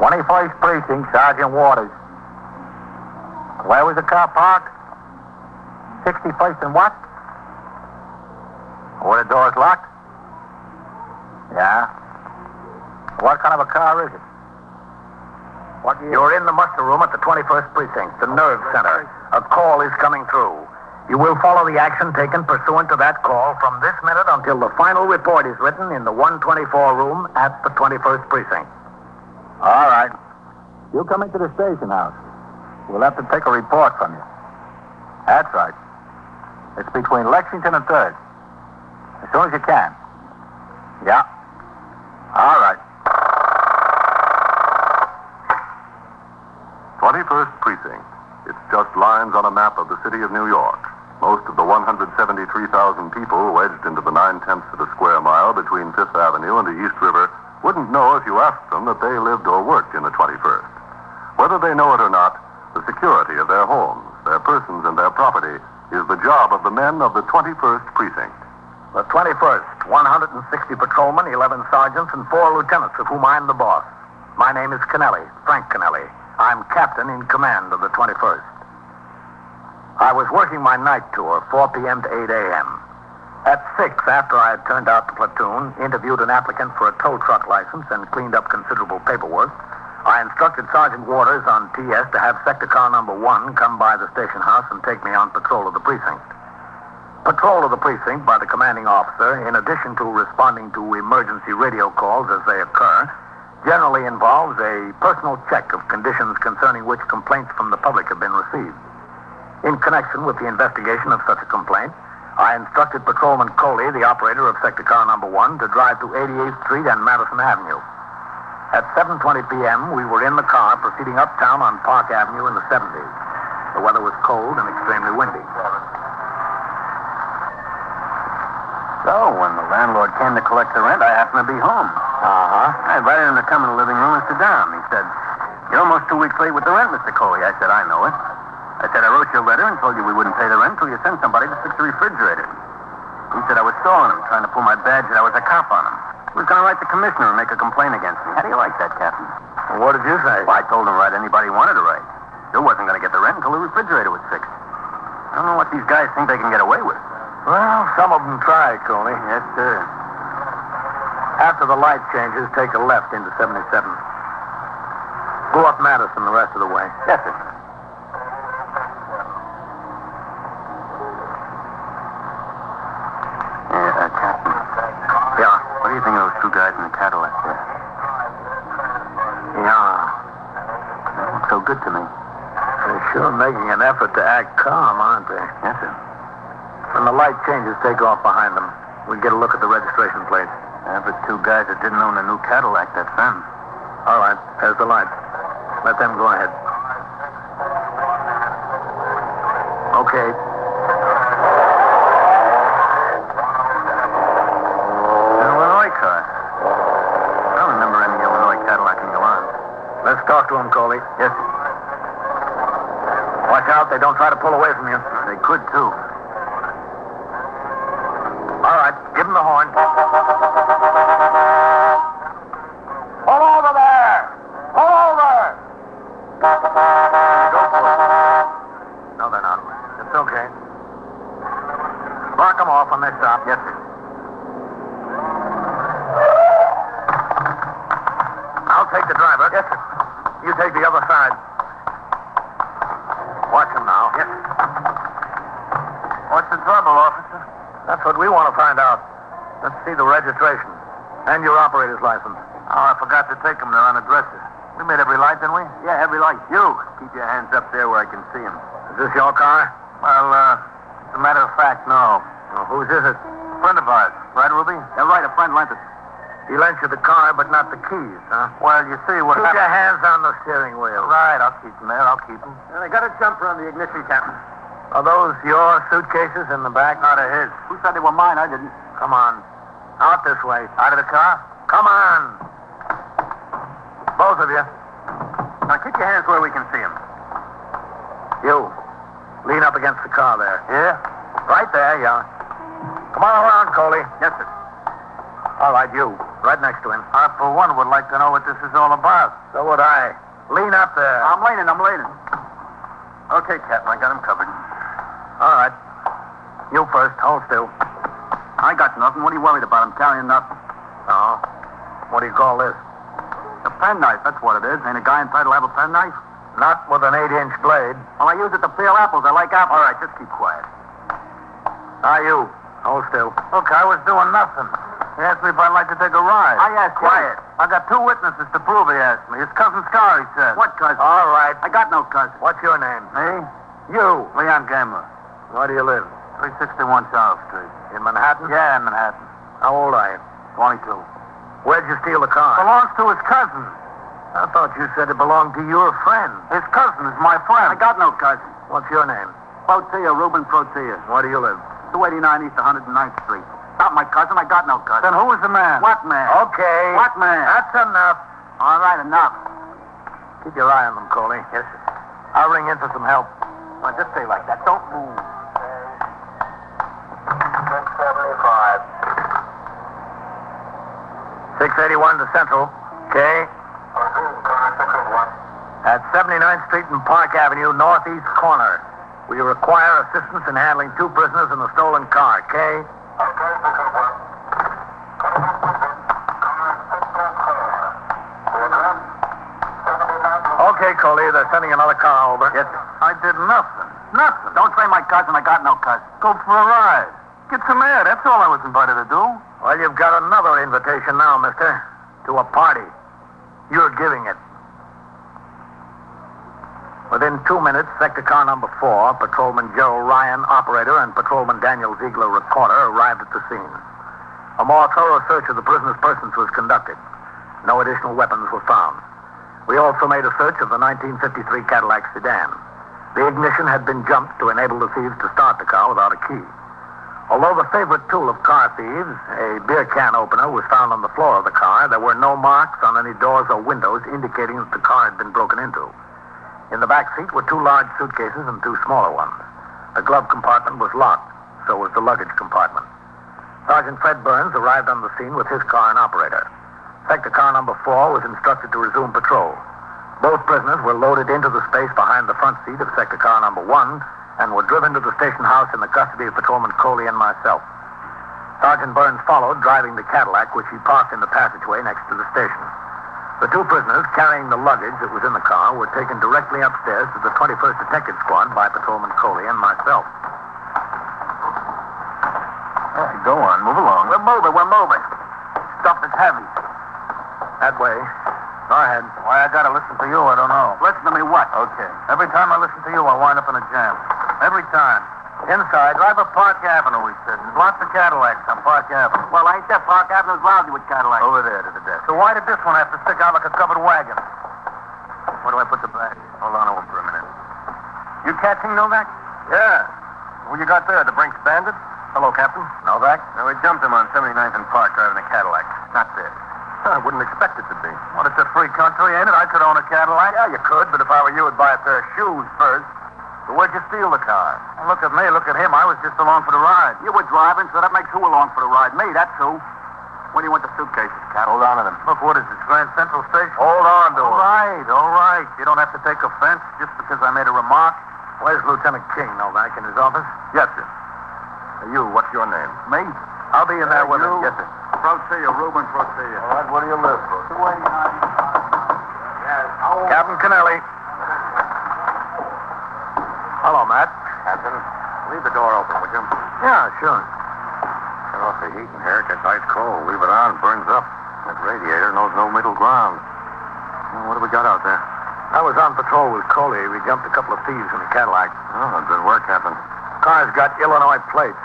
21st Precinct, Sergeant Waters. Where was the car parked? 61st and what? Were the doors locked? Yeah. What kind of a car is it? What year? You're in the muster room at the 21st Precinct, the nerve center. A call is coming through. You will follow the action taken pursuant to that call from this minute until the final report is written in the 124 room at the 21st Precinct. All right. You come into the station house. We'll have to take a report from you. That's right. It's between Lexington and Third. As soon as you can. Yeah. All right. 21st Precinct. It's just lines on a map of the city of New York. Most of the 173,000 people wedged into the nine tenths of a square mile between Fifth Avenue and the East River wouldn't know if you asked them that they lived or worked in the 21st. Whether they know it or not, the security of their homes, their persons, and their property is the job of the men of the 21st Precinct. The 21st, 160 patrolmen, 11 sergeants, and four lieutenants, of whom I'm the boss. My name is Kennelly, Frank Kennelly. I'm captain in command of the 21st. I was working my night tour, 4 p.m. to 8 a.m. At 6, after I had turned out the platoon, interviewed an applicant for a tow truck license, and cleaned up considerable paperwork, I instructed Sergeant Waters on TS to have sector car number one come by the station house and take me on patrol of the precinct. Patrol of the precinct by the commanding officer, in addition to responding to emergency radio calls as they occur, generally involves a personal check of conditions concerning which complaints from the public have been received. In connection with the investigation of such a complaint, I instructed Patrolman Coley, the operator of sector car number one, to drive to 88th Street and Madison Avenue. At 7.20 p.m., we were in the car proceeding uptown on Park Avenue in the 70s. The weather was cold and extremely windy. So, when the landlord came to collect the rent, I happened to be home. Uh-huh. I invited him to come in the living room and sit down. He said, You're almost two weeks late with the rent, Mr. Coley. I said, I know it. I said, I wrote you a letter and told you we wouldn't pay the rent until you sent somebody to fix the refrigerator. He said I was stalling him, trying to pull my badge that I was a cop on him. He was going to write the commissioner and make a complaint against me. How do you like that, Captain? What did you say? Well, I told him right anybody wanted to write. Still wasn't going to get the rent until the refrigerator was fixed. I don't know what these guys think they can get away with. Well, some of them try, Coney. uh, Yes, sir. After the light changes, take a left into 77th. Go up Madison the rest of the way. Yes, sir. Yeah, uh, Captain. Yeah, What do you think of those two guys in the Cadillac there? yeah. They look so good to me. They're sure making an effort to act calm, aren't they? Yes, sir. When the light changes, take off behind them. We get a look at the registration plate. Yeah, but two guys that didn't own a new Cadillac, that's them. All right, there's the light. Let them go ahead. Okay. Illinois car. I don't remember any Illinois Cadillac in Milan. Let's talk to them, Coley. Yes, sir. Watch out, they don't try to pull away from you. They could, too. All right, give them the horn. Pull over there! Pull over! No, they're not. It's okay. Lock them off when they stop. Yes, sir. I'll take the driver. Yes, sir. You take the other side. Watch them now. Yes. What's the trouble, officer? That's what we want to find out. Let's see the registration and your operator's license. Oh, I forgot to take them. They're on addresses. We made every light, didn't we? Yeah, every light. You keep your hands up there where I can see them. Is this your car? Well, uh, as a matter of fact, no. Well, whose is it? friend of ours, right, Ruby? Yeah, right. A friend lent us. He lent you the car, but not the keys, huh? Well, you see what Keep your hands on the steering wheel. Right, I'll keep them there. I'll keep them. I got a jumper on the ignition, Captain. Are those your suitcases in the back? Not of his. Who said they were mine? I didn't. Come on. Out this way. Out of the car? Come on. Both of you. Now keep your hands where we can see them. You. Lean up against the car there. Yeah? Right there, yeah. Come on around, Coley. Yes, sir. All right, you. Right next to him. I, for one, would like to know what this is all about. So would I. Lean up there. I'm leaning, I'm leaning. Okay, Captain, I got him covered. All right. You first. Hold still. I got nothing. What are you worried about? I'm carrying nothing. Oh. What do you call this? A penknife, that's what it is. Ain't a guy entitled to have a penknife? Not with an eight-inch blade. Well, I use it to peel apples. I like apples. All right, just keep quiet. Now you. Hold still. Look, I was doing nothing. He asked me if I'd like to take a ride. I asked Quiet. him. I got two witnesses to prove he asked me. His cousin Scar, he said. What cousin? All right. I got no cousin. What's your name? Me? You. Leon Gambler. Where do you live? 361 Charles Street. In Manhattan? Yeah, in Manhattan. How old are you? 22. Where'd you steal the car? Belongs to his cousin. I thought you said it belonged to your friend. His cousin is my friend. I got no cousin. What's your name? Protea, Reuben Protea. Where do you live? 289 East 109th Street. Not my cousin. I got no cousin. Then who is the man? What man? Okay. What man? That's enough. All right, enough. Keep your eye on them, Coley. Yes, sir. I'll ring in for some help. Come on, just stay like that. Don't move. 681 to Central. Okay. At 79th Street and Park Avenue, northeast corner. We require assistance in handling two prisoners in a stolen car, okay? Okay, Coley, they're sending another car over. Yes. I did nothing. Nothing. Don't say my cousin. I got no cousin. Go for a ride. Get some air. That's all I was invited to do. Well, you've got another invitation now, mister, to a party. You're giving it. Within two minutes, sector car number four, Patrolman Joe Ryan, operator, and Patrolman Daniel Ziegler, recorder, arrived at the scene. A more thorough search of the prisoner's persons was conducted. No additional weapons were found. We also made a search of the 1953 Cadillac sedan. The ignition had been jumped to enable the thieves to start the car without a key. Although the favorite tool of car thieves, a beer can opener, was found on the floor of the car, there were no marks on any doors or windows indicating that the car had been broken into. In the back seat were two large suitcases and two smaller ones. The glove compartment was locked, so was the luggage compartment. Sergeant Fred Burns arrived on the scene with his car and operator. Sector car number four was instructed to resume patrol. Both prisoners were loaded into the space behind the front seat of sector car number one and were driven to the station house in the custody of Patrolman Coley and myself. Sergeant Burns followed, driving the Cadillac, which he parked in the passageway next to the station. The two prisoners carrying the luggage that was in the car were taken directly upstairs to the 21st Detective Squad by Patrolman Coley and myself. go on. Move along. We're moving, we're moving. Stuff is heavy. That way. Go ahead. Why I gotta listen to you, I don't know. Listen to me what? Okay. Every time I listen to you, I wind up in a jam. Every time. Inside, right up Park Avenue, he said. There's lots of Cadillacs on Park Avenue. Well, ain't that Park Avenue's lousy with Cadillacs? Over there to the desk. So why did this one have to stick out like a covered wagon? Where do I put the bag? Hold on over for a minute. You catching Novak? Yeah. Who you got there? The Brinks Bandit? Hello, Captain. Novak? No, we jumped him on 79th and Park driving a Cadillac. Not there. I wouldn't expect it to be. Well, it's a free country, ain't it? I could own a Cadillac. Yeah, you could, but if I were you, I'd buy a pair of shoes first. But where'd you steal the car? Well, look at me, look at him. I was just along for the ride. You were driving, so that makes who along for the ride? Me, that's who. When do you want the suitcases, Captain? Hold on to them. Look, what is this, Grand Central Station? Hold on to all them. right, all right. You don't have to take offense just because I made a remark. Where's Lieutenant King, Novak, in his office? Yes, sir. Now, You, what's your name? Me? I'll be in there with him. Yes, sir. Protea, Reuben Protea. All right, what do you live for? Captain Kennelly. Hello, Matt. Captain, leave the door open, would you? Yeah, sure. Turn off the heat in here. It gets ice cold. Leave it on, burns up. That radiator knows no middle ground. Now, what do we got out there? I was on patrol with Coley. We jumped a couple of thieves in a Cadillac. Oh, good work, Captain. Car's got Illinois plates.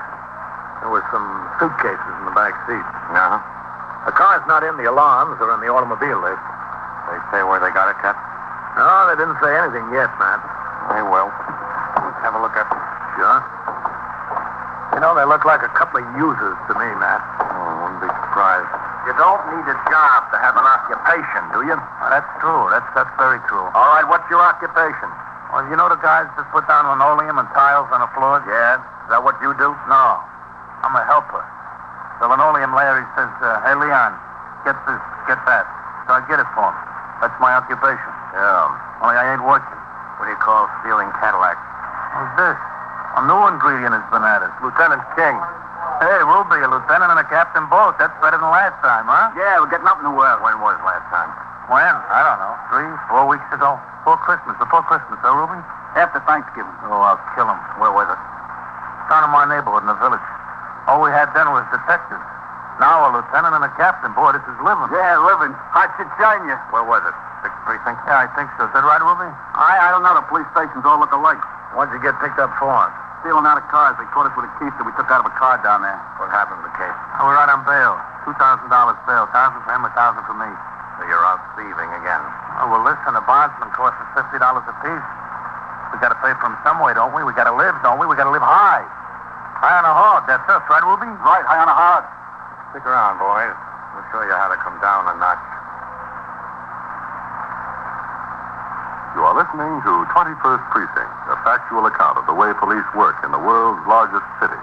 There was some suitcases in the back seat. Yeah? The car's not in the alarms or in the automobile list. They say where they got it, Captain? No, they didn't say anything yet, Matt. They will. Let's have a look at them. Sure. You know, they look like a couple of users to me, Matt. Oh, I wouldn't be surprised. You don't need a job to have an occupation, do you? That's true. That's that's very true. All right, what's your occupation? Well, you know the guys that put down linoleum and tiles on the floors? Yeah? Is that what you do? No. I'm a helper. The linoleum layer, he says, uh, hey, Leon, get this, get that. So I get it for him. That's my occupation. Yeah. Only I ain't working. What do you call stealing Cadillacs? Who's this? A new ingredient has been added. Lieutenant King. Hey, Ruby, a lieutenant and a captain both. That's better than last time, huh? Yeah, we're getting up in the world. When was it last time? When? I don't know. Three, four weeks ago? Before Christmas. Before Christmas, huh, Ruby? After Thanksgiving. Oh, I'll kill him. Where was it? Down in my neighborhood in the village. All we had then was detectives. Now a lieutenant and a captain. Boy, this is living. Yeah, living. I should join you. Where was it? Sixth precinct? Yeah, I think so. Is that right, Ruby? I, I don't know. The police stations all look alike. What'd you get picked up for? Stealing out of cars. They caught us with a key that we took out of a car down there. What happened to the case? I was Oh, right on bail. Two thousand dollars bail. Thousand for him, a thousand for me. So you're out thieving again. Oh, well, listen, the bondsman costs us fifty dollars apiece. We gotta pay for him some way, don't we? We gotta live, don't we? We gotta live high. High on a hog, that's us, right, Ruby? Right, high on a hog. Stick around, boys. We'll show you how to come down a notch. You are listening to 21st Precinct, a factual account of the way police work in the world's largest city.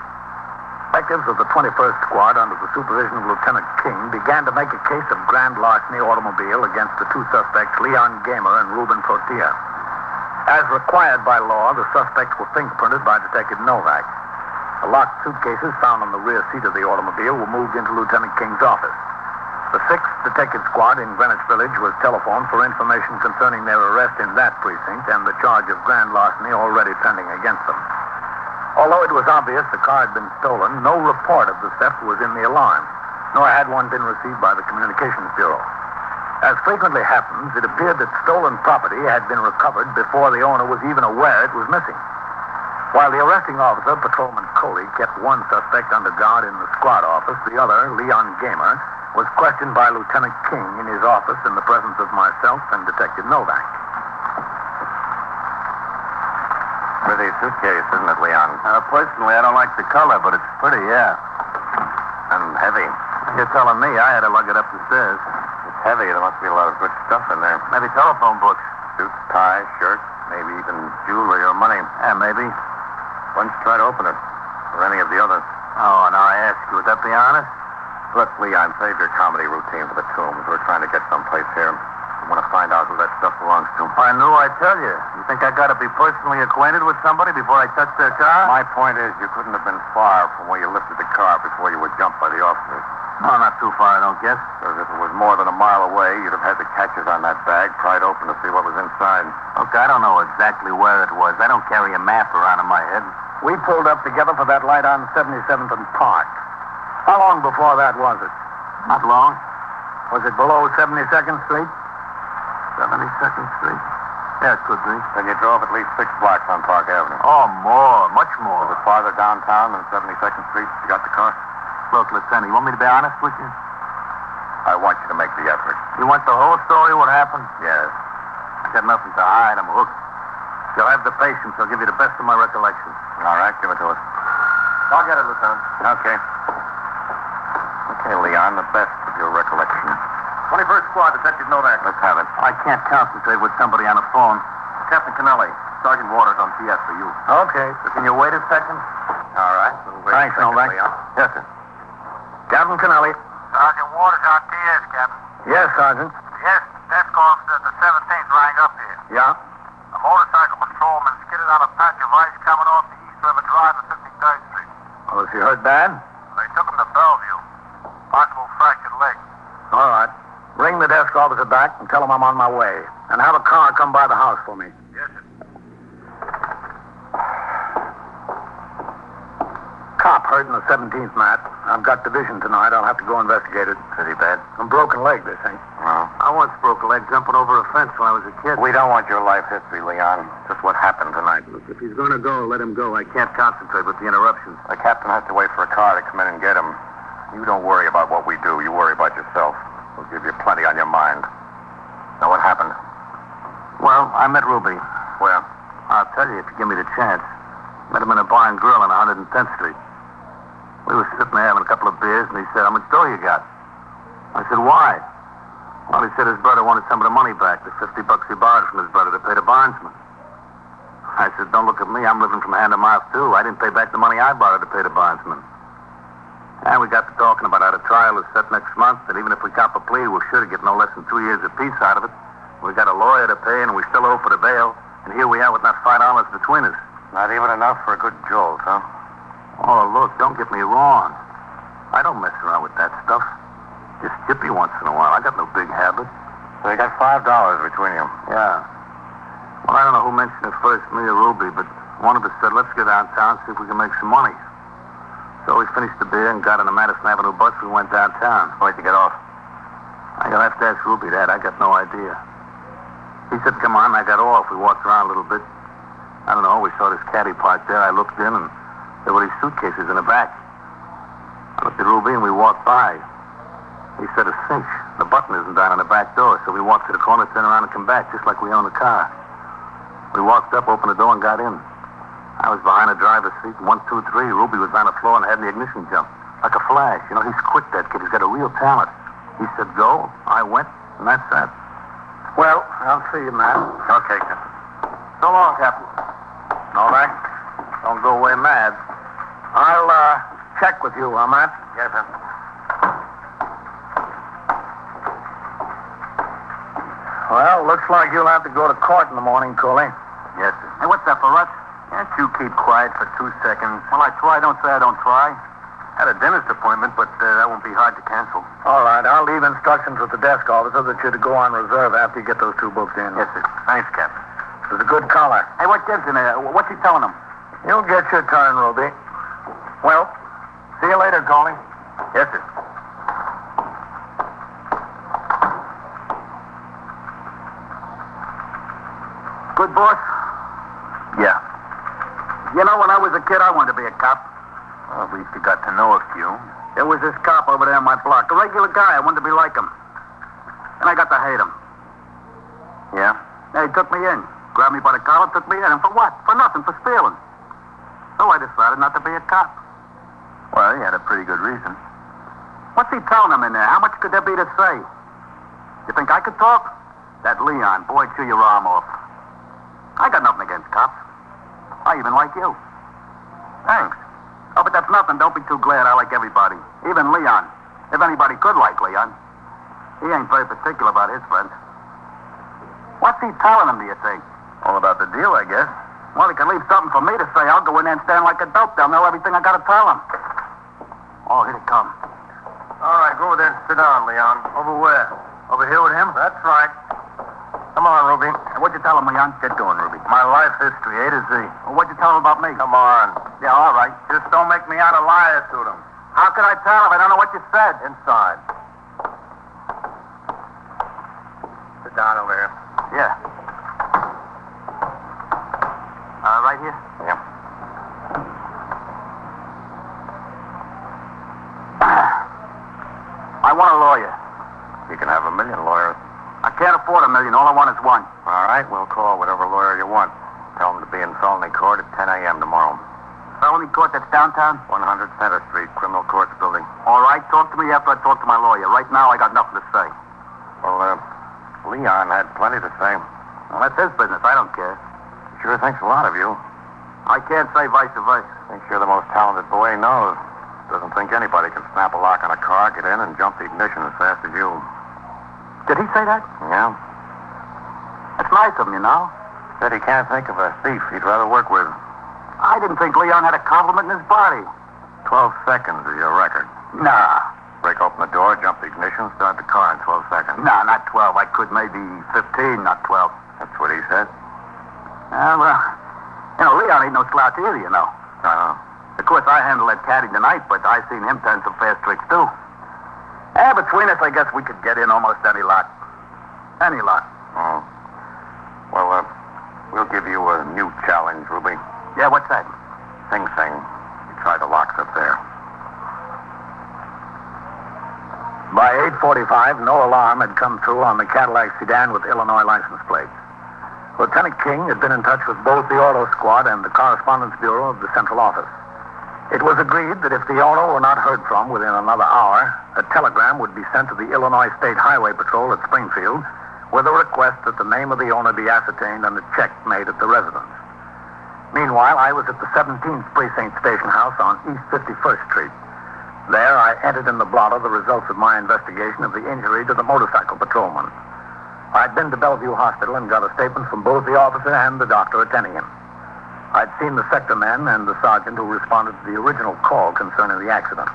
Detectives of the 21st Squad, under the supervision of Lieutenant King, began to make a case of grand larceny automobile against the two suspects, Leon Gamer and Ruben Portia. As required by law, the suspects were fingerprinted by Detective Novak. The locked suitcases found on the rear seat of the automobile were moved into Lieutenant King's office. The 6th Detective Squad in Greenwich Village was telephoned for information concerning their arrest in that precinct and the charge of grand larceny already pending against them. Although it was obvious the car had been stolen, no report of the theft was in the alarm, nor had one been received by the Communications Bureau. As frequently happens, it appeared that stolen property had been recovered before the owner was even aware it was missing. While the arresting officer, Patrolman Coley, kept one suspect under guard in the squad office, the other, Leon Gamer, was questioned by Lieutenant King in his office in the presence of myself and Detective Novak. Pretty suitcase, isn't it, Leon? Uh, personally, I don't like the color, but it's pretty, yeah. And heavy. You're telling me I had to lug it up the stairs. It's heavy. There must be a lot of good stuff in there. Maybe telephone books. Suit, tie, shirt, maybe even jewelry or money. Yeah, maybe. Why don't you try to open it? Or any of the others. Oh, now I ask you, would that be honest? Look, Leon, save your comedy routine for the tombs. We're trying to get someplace here. We want to find out who that stuff belongs to. I knew I tell you. You think I gotta be personally acquainted with somebody before I touch their car? My point is, you couldn't have been far from where you lifted the car before you were jumped by the officers. No, not too far, I don't guess. Because if it was more than a mile away, you'd have had the catches on that bag pried open to see what was inside. Look, I don't know exactly where it was. I don't carry a map around in my head. We pulled up together for that light on 77th and Park. How long before that was it? Not long. Was it below 72nd Street? 72nd Street. Yeah, it could be. Then you drove at least six blocks on Park Avenue. Oh, more, much more. Was it farther downtown than 72nd Street? You got the car? Look, Lieutenant, you want me to be honest with you? I want you to make the effort. You want the whole story, what happened? Yes. I got nothing to hide. I'm hooked. You'll have the patience. I'll give you the best of my recollection. All right, give it to us. I'll get it, Lieutenant. Okay. Okay, Leon, the best of your recollection. 21st Squad, Detective Novak. Let's have it. I can't concentrate with somebody on the phone. Captain Canelli, Sergeant Waters on PS for you. Okay. Can you wait a second? All right. We'll wait a Thanks, second, Novak. Leon. Yes, sir. Captain Canelli. Sergeant Waters on TS, Captain. Yes, Sergeant. Yes, desk officer at the 17th rang up here. Yeah? A motorcycle patrolman skidded on a patch of ice coming off the East River Drive to 53rd Street. Well, if you heard bad, They took him to Bellevue. Possible fractured leg. all right. Bring the desk officer back and tell him I'm on my way. And have a car come by the house for me. Yes, sir. Cop hurt in the 17th, Matt. I've got division tonight. I'll have to go investigate it. Pretty bad. A broken leg, they think. Well, I once broke a leg jumping over a fence when I was a kid. we don't want your life history, Leon. Just what happened tonight. If he's going to go, let him go. I can't concentrate with the interruptions. The captain has to wait for a car to come in and get him. You don't worry about what we do. You worry about yourself. We'll give you plenty on your mind. Now, what happened? Well, I met Ruby. Where? I'll tell you if you give me the chance. Met him in a bar and grill on 110th Street. We were sitting there having a couple of beers, and he said, How much dough you got? I said, Why? Well, he said his brother wanted some of the money back, the 50 bucks he borrowed from his brother to pay the bondsman. I said, Don't look at me. I'm living from hand to mouth, too. I didn't pay back the money I borrowed to pay the bondsman. And we got to talking about how the trial is set next month, and even if we cop a plea, we're sure to get no less than two years apiece out of it. We got a lawyer to pay, and we still owe for the bail. And here we are with not five dollars between us. Not even enough for a good jolt, huh? Oh, look, don't get me wrong. I don't mess around with that stuff. Just jippy once in a while. I got no big habit. So you got five dollars between you. Yeah. Well, I don't know who mentioned it first, me or Ruby, but one of us said, let's go downtown, see if we can make some money. So we finished the beer and got on a Madison Avenue bus. We went downtown. Where'd you get off? I will have to ask Ruby that. I got no idea. He said, come on. I got off. We walked around a little bit. I don't know. We saw this caddy parked there. I looked in, and there were these suitcases in the back. I looked at Ruby, and we walked by. He said, a cinch. The button isn't down on the back door, so we walked to the corner, turned around, and come back, just like we own the car. We walked up, opened the door, and got in. I was behind the driver's seat, and one, two, three. Ruby was on the floor and had the ignition jump. Like a flash. You know, he's quick, that kid. He's got a real talent. He said, go. I went, and that's that. Well, I'll see you, Matt. Okay, Captain. So long, Captain. All right. Don't go away mad. I'll uh, check with you, huh, Matt? Yes, sir. Well, looks like you'll have to go to court in the morning, Coley. Yes, sir. Hey, what's that, Barrett? Can't you keep quiet for two seconds? Well, I try. Don't say I don't try. Had a dentist appointment, but uh, that won't be hard to cancel. All right, I'll leave instructions with the desk officer that you're to go on reserve after you get those two books in. Yes, sir. Thanks, Captain. It was a good collar. Hey, what Gibson? Uh, what's he telling him? You'll get your turn, Ruby. Well, see you later, Coley. Yes, sir. Good boss? Yeah. You know, when I was a kid, I wanted to be a cop. Well, at least you got to know a few. There was this cop over there on my block, a regular guy. I wanted to be like him. And I got to hate him. Yeah? Yeah, he took me in. Grabbed me by the collar, took me in. And for what? For nothing, for stealing. So I decided not to be a cop. Well, you had a pretty good reason. What's he telling him in there? How much could there be to say? You think I could talk? That Leon, boy, chew your arm off. I got nothing against cops. I even like you. Thanks. Oh, but that's nothing. Don't be too glad. I like everybody, even Leon. If anybody could like Leon, he ain't very particular about his friends. What's he telling him, do you think? All about the deal, I guess. Well, he can leave something for me to say. I'll go in there and stand like a dope. They'll know everything I gotta tell them. Oh, here they come. All right, go over there and sit down, Leon. Over where? Over here with him? That's right. Come on, Ruby. What'd you tell him, Leon? Get going, Ruby. My life history, A to Z. Well, what'd you tell him about me? Come on. Yeah, all right. Just don't make me out a liar to them. How could I tell him? I don't know what you said. Inside. Sit down over here. Yeah. Uh, right here? Yeah. I want a lawyer. You can have a million lawyers. I can't afford a million. All I want is one. All right, we'll call whatever lawyer you want. Tell him to be in felony court at 10 a.m. tomorrow. Felony court that's downtown? 100 Center Street, Criminal Courts Building. All right, talk to me after I talk to my lawyer. Right now, I got nothing to say. Well, uh, Leon had plenty to say. Well, that's his business. I don't care. Sure thinks a lot of you. I can't say vice versa. Thinks you're the most talented boy he knows. Doesn't think anybody can snap a lock on a car, get in, and jump the ignition as fast as you. Did he say that? Yeah. That's nice of him, you know. Said he can't think of a thief he'd rather work with. I didn't think Leon had a compliment in his body. Twelve seconds is your record. Nah. Break open the door, jump the ignition, start the car in twelve seconds. Nah, not 12. I could maybe 15, not 12. That's what he said. Uh, well, you know, Leon ain't no slouch either, you know. Uh-huh. Of course, I handled that caddy tonight, but I seen him turn some fast tricks, too. And between us, I guess we could get in almost any lot. Any lot. Oh. Well, uh, we'll give you a new challenge, Ruby. Yeah, what's that? Sing Sing. You try the locks up there. By 8.45, no alarm had come through on the Cadillac sedan with Illinois license plates. Lieutenant King had been in touch with both the auto squad and the correspondence bureau of the central office. It was agreed that if the auto were not heard from within another hour, a telegram would be sent to the Illinois State Highway Patrol at Springfield with a request that the name of the owner be ascertained and a check made at the residence. Meanwhile, I was at the 17th Precinct Station House on East 51st Street. There, I entered in the blotter the results of my investigation of the injury to the motorcycle patrolman. I'd been to Bellevue Hospital and got a statement from both the officer and the doctor attending him. I'd seen the sector man and the sergeant who responded to the original call concerning the accident.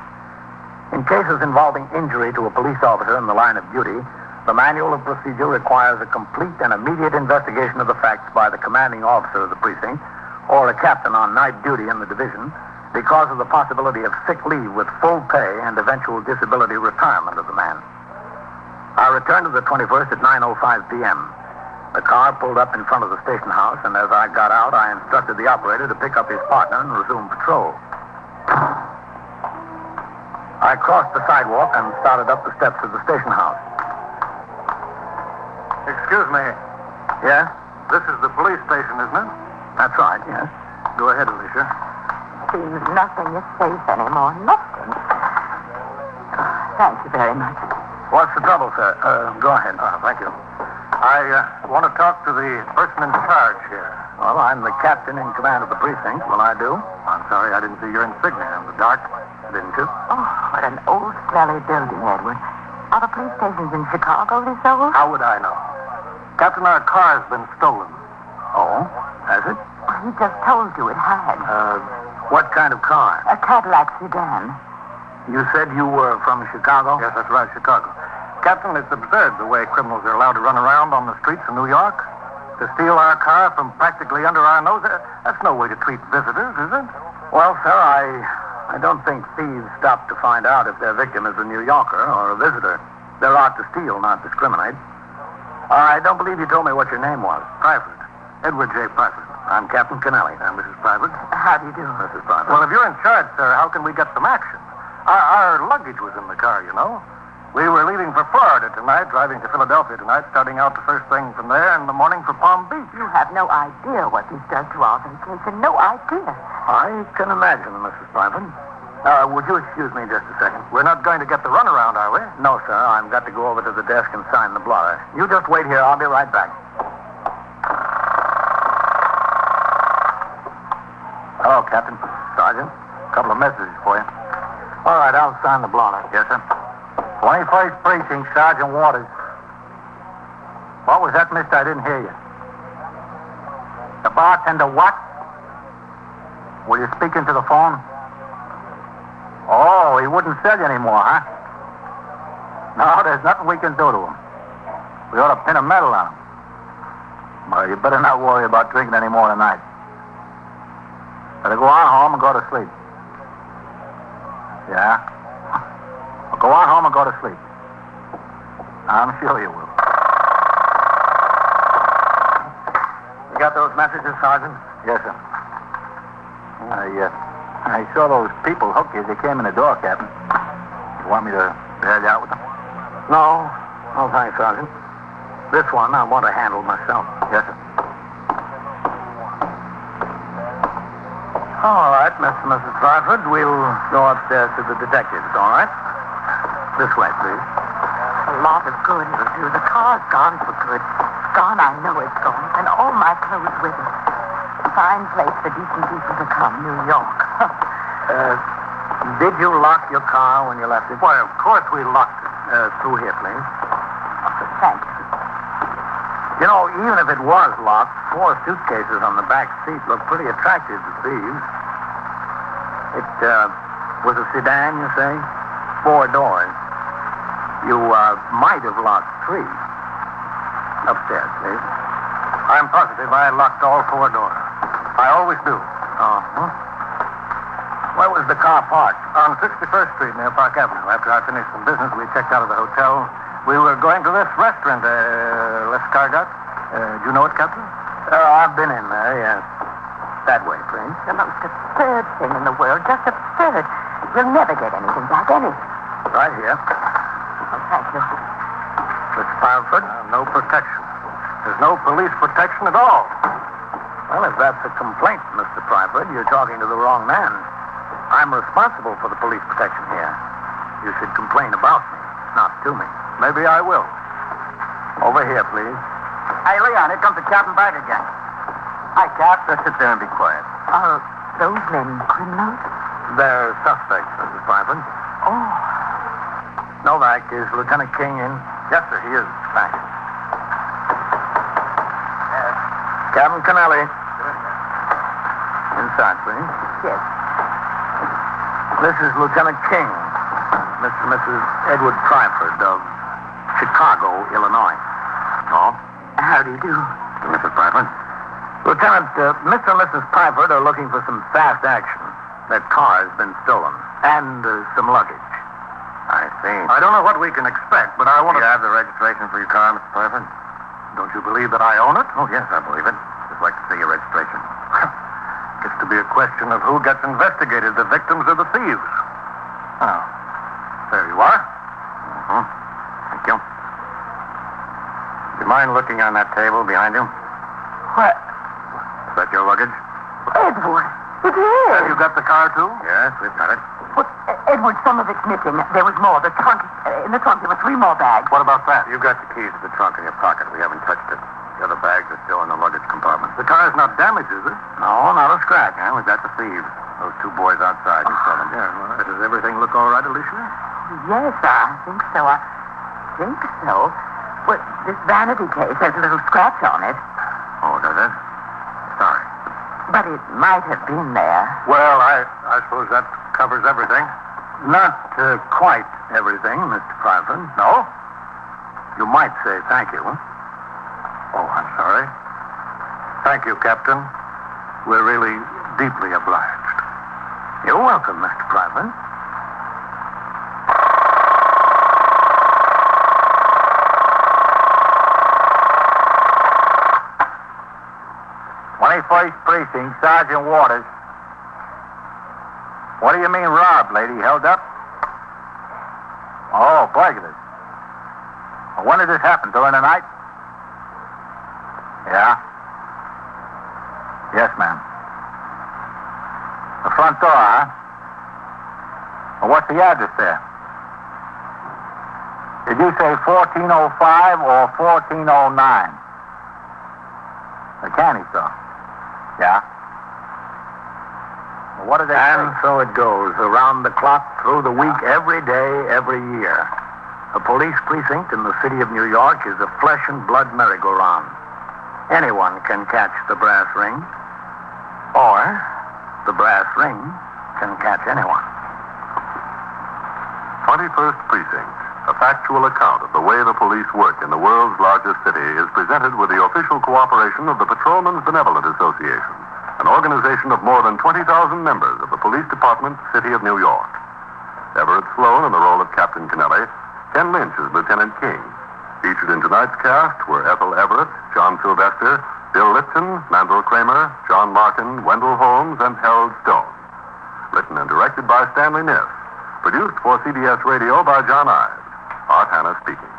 In cases involving injury to a police officer in the line of duty, the manual of procedure requires a complete and immediate investigation of the facts by the commanding officer of the precinct or a captain on night duty in the division because of the possibility of sick leave with full pay and eventual disability retirement of the man. I returned to the 21st at 9.05 p.m. The car pulled up in front of the station house, and as I got out, I instructed the operator to pick up his partner and resume patrol. I crossed the sidewalk and started up the steps of the station house. Excuse me. Yeah? This is the police station, isn't it? That's right, yes. Go ahead, Alicia. seems nothing is safe anymore. Nothing. Thank you very much. What's the trouble, sir? Uh, go ahead. Oh, thank you. I uh, want to talk to the person in charge here. Well, I'm the captain in command of the precinct. Will I do? I'm sorry I didn't see your insignia in the dark. Didn't you? Oh, what an old, smelly building, Edward. Are the police stations in Chicago Oh, this old? How would I know? Captain, our car's been stolen. Oh? Has it? Well, he just told you it had. Uh, what kind of car? A Cadillac sedan. You said you were from Chicago? Yes, that's right, Chicago. Captain, it's absurd the way criminals are allowed to run around on the streets of New York. To steal our car from practically under our nose, uh, that's no way to treat visitors, is it? Well, sir, I, I don't think thieves stop to find out if their victim is a New Yorker or a visitor. They're out to steal, not discriminate. I don't believe you told me what your name was. Private. Edward J. Private. I'm Captain Kennelly. I'm Mrs. Private. How do you do? Mrs. Private. Well, if you're in charge, sir, how can we get some action? Our, our luggage was in the car, you know. We were leaving for Florida tonight, driving to Philadelphia tonight, starting out the first thing from there in the morning for Palm Beach. You have no idea what this does to our vacation. No idea. I can imagine, Mrs. Private. Uh, would you excuse me just a second? We're not going to get the runaround, are we? No, sir. I've got to go over to the desk and sign the blotter. You just wait here. I'll be right back. Hello, Captain. Sergeant. A couple of messages for you. All right, I'll sign the blotter. Yes, sir. 21st Precinct, Sergeant Waters. What was that, mister? I didn't hear you. The bartender what? Were you speaking to the phone? Oh, he wouldn't sell you anymore, huh? No, there's nothing we can do to him. We ought to pin a medal on him. Well, you better not worry about drinking any more tonight. Better go on home and go to sleep. Yeah? Go on home and go to sleep. I'm sure you will. You got those messages, Sergeant? Yes, sir. I, uh, I saw those people hook you as they came in the door, Captain. You want me to head out with them? No. No, thanks, Sergeant. This one I want to handle myself. Yes, sir. All right, Mr. and Mrs. Stratford, we'll go upstairs to the detectives, all right? This way, please. A lot of good it'll do. The car's gone for good. Gone, I know it's gone. And all my clothes with it. Fine place for decent people to come, New York. Uh, did you lock your car when you left it? Why, of course we locked it. Uh, through here, please. Thank you. You know, even if it was locked, four suitcases on the back seat look pretty attractive to thieves. It uh, was a sedan, you say? Four doors. You uh, might have locked three. Upstairs, please. I'm positive I locked all four doors. I always do. Uh-huh. Where was the car parked? On 61st Street near Park Avenue. After I finished some business, we checked out of the hotel. We were going to this restaurant, uh, Les Cargat. Uh, do you know it, Captain? Uh, I've been in there, yes. That way, please. The most absurd thing in the world. Just absurd. You'll never get anything back, any. Right here. Oh, thank you. Miss Pileford? Uh, no protection. There's no police protection at all. Well, if that's a complaint, Mr. Private, you're talking to the wrong man. I'm responsible for the police protection here. You should complain about me, not to me. Maybe I will. Over here, please. Hey, Leon, here comes the Captain back again. Hi, Cap. Just sit there and be quiet. Are Oh, those men criminals? They're suspects, Mrs. Franklin. Oh. Novak, is Lieutenant King in? Yes, sir, he is. Thank you. Yes. Captain Canelli. Inside, please. Yes. This is Lieutenant King, Mr. and Mrs. Edward Tryford of Chicago, Illinois. Oh? How do you do? Mrs. Bradford? Lieutenant, uh, Mr. and Mrs. Tryford are looking for some fast action. Their car has been stolen, and uh, some luggage. I see. I don't know what we can expect, but I want Do to. you have the registration for your car, Mr. Bradford? Don't you believe that I own it? Oh, yes, I believe it. Just like to see your registration. Gets to be a question of who gets investigated, the victims or the thieves. Oh. There you are. hmm Thank you. Do you mind looking on that table behind you? What? Is that your luggage? Edward. It Have is. you got the car, too? Yes, we've got it. Well, uh, Edward, some of it's missing. There was more. The trunk, uh, in the trunk, there were three more bags. What about that? You've got the keys to the trunk in your pocket. We haven't touched it. The other bags are still in the luggage compartment. The car's not damaged, is it? No, not a scratch. Huh? We've got the thieves. Those two boys outside. You saw them. Yeah, well, does everything look all right, Alicia? Yes, I think so. I think so. Well, this vanity case has a little scratch on it, Oh, does it? Sorry. but it might have been there. Well, I, I suppose that covers everything. Not uh, quite everything, Mr. Private. No. You might say thank you. Oh, I'm sorry. Thank you, Captain. We're really deeply obliged. You're welcome, Mr. Private. Twenty-first precinct, Sergeant Waters. What do you mean robbed, lady? Held up? Oh, burglars. When did this happen? During the night? Yeah. Yes, ma'am. The front door, huh? Well, What's the address there? Did you say 1405 or 1409? The candy store. Yeah. Well, what did they And say? so it goes, around the clock, through the week, every day, every year. A police precinct in the city of New York is a flesh and blood merry-go-round. Anyone can catch the brass ring, or the brass ring can catch anyone. 21st Precinct, a factual account of the way the police work in the world's largest city, is presented with the official cooperation of the Patrolmen's Benevolent Association, an organization of more than 20,000 members of the Police Department, City of New York. Everett Sloan in the role of Captain Kennelly, Ken Lynch as Lieutenant King. Featured in tonight's cast were Ethel Everett, John Sylvester, Bill Lipton, Mandel Kramer, John Larkin, Wendell Holmes, and Harold Stone. Written and directed by Stanley Niss. Produced for CBS Radio by John Ives. Art Hannah speaking.